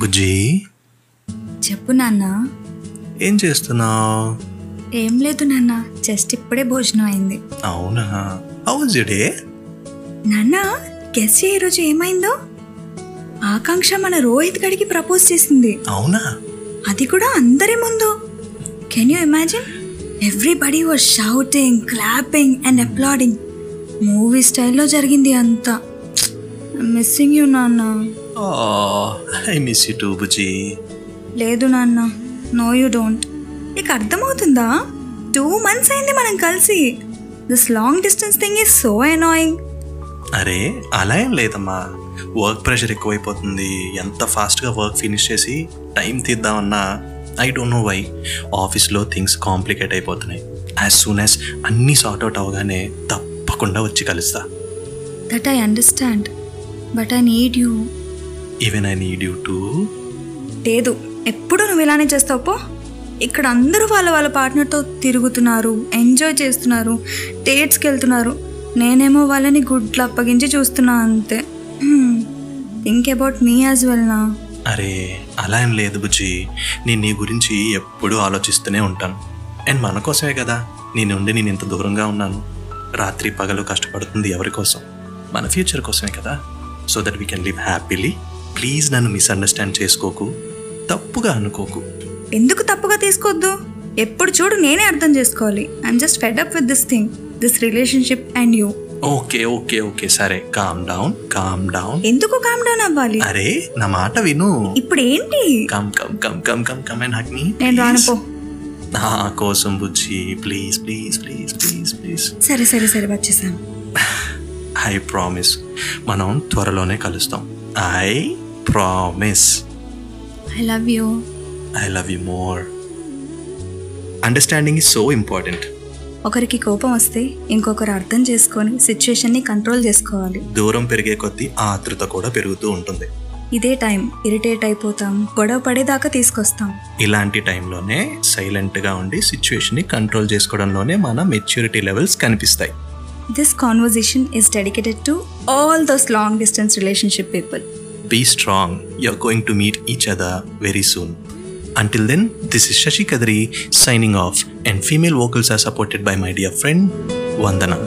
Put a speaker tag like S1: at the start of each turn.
S1: బుజ్జి
S2: చెప్పు నాన్న
S1: ఏం చేస్తున్నావు
S2: ఏం లేదు నాన్న జస్ట్ ఇప్పుడే భోజనం అయింది
S1: అవునా అవుజ్ డే
S2: నాన్న గెస్ చేయి ఈరోజు ఏమైందో ఆకాంక్ష మన రోహిత్ గడికి ప్రపోజ్ చేసింది
S1: అవునా
S2: అది కూడా అందరి ముందు can you imagine everybody was shouting clapping and applauding movie స్టైల్లో జరిగింది అంతా మిస్సింగ్ యూ నాన్న
S1: ఐ మిస్ యూ టూ బుజ్జి
S2: లేదు నాన్న నో యూ డోంట్ నీకు అర్థమవుతుందా టూ మంత్స్ అయింది మనం కలిసి this long distance thing is so annoying
S1: అరే అలా ఏం లేదమ్మా వర్క్ ప్రెషర్ ఎక్కువైపోతుంది ఎంత ఫాస్ట్గా వర్క్ ఫినిష్ చేసి టైం తీద్దామన్నా ఐ డోంట్ నో వై ఆఫీస్లో థింగ్స్ కాంప్లికేట్ అయిపోతున్నాయి యాజ్ సూన్ యాజ్ అన్నీ సార్ట్ అవుట్ అవగానే తప్పకుండా వచ్చి కలుస్తా
S2: that I understand but I need you
S1: even I need you too
S2: లేదు ఎప్పుడు నువ్వు ఇలానే చేస్తావు పో ఇక్కడ అందరూ వాళ్ళ వాళ్ళ పార్ట్నర్తో తిరుగుతున్నారు ఎంజాయ్ చేస్తున్నారు డేట్స్కి వెళ్తున్నారు నేనేమో వాళ్ళని గుడ్లు అప్పగించి చూస్తున్నా అంతే think about me as well నా
S1: అరే అలా ఏం లేదు బుజ్జి నేను నీ గురించి ఎప్పుడూ ఆలోచిస్తూనే ఉంటాను అండ్ మన కోసమే కదా నీ నుండి నేను ఇంత దూరంగా ఉన్నాను రాత్రి పగలు కష్టపడుతుంది ఎవరి కోసం మన ఫ్యూచర్ కోసమే కదా so that we can live happily please నన్ను మిస్అండర్స్టాండ్ చేసుకోకు తప్పుగా అనుకోకు
S2: ఎందుకు తప్పుగా తీసుకోవద్దు ఎప్పుడు చూడు నేనే అర్థం చేసుకోవాలి I'm just fed up with this thing this relationship and you
S1: okay okay okay సరే కామ్ డౌన్ కామ్ డౌన్
S2: ఎందుకు కామ్ డౌన్ అవ్వాలి
S1: అరే నా మాట విను
S2: ఇప్పుడు ఏంటి
S1: come come come come come come and hug me
S2: నేను రానుపో
S1: నా కోసం బుజ్జి please please please please please
S2: సరే సరే సరే వచ్చేసాను
S1: ఐ ప్రామిస్ మనం త్వరలోనే కలుస్తాం I promise
S2: I love you
S1: I love you more understanding is so important
S2: ఒకరికి కోపం వస్తే ఇంకొకరు అర్థం చేసుకొని సిచ్యుయేషన్ని కంట్రోల్ చేసుకోవాలి
S1: దూరం పెరిగే కొద్దీ ఆతృత కూడా పెరుగుతూ ఉంటుంది
S2: ఇదే టైం ఇరిటేట్ అయిపోతాం గొడవ పడేదాకా తీసుకొస్తాం
S1: ఇలాంటి టైంలోనే సైలెంట్గా ఉండి సిచ్యువేషన్ని కంట్రోల్ చేసుకోవడంలోనే మన మెచ్యూరిటీ లెవెల్స్ కనిపిస్తాయి
S2: this conversation is dedicated to all those long distance relationship people
S1: be strong you are going to meet each other very soon. Until then, this is Shashi Kadri signing off, and female vocals are supported by my dear friend Vandana.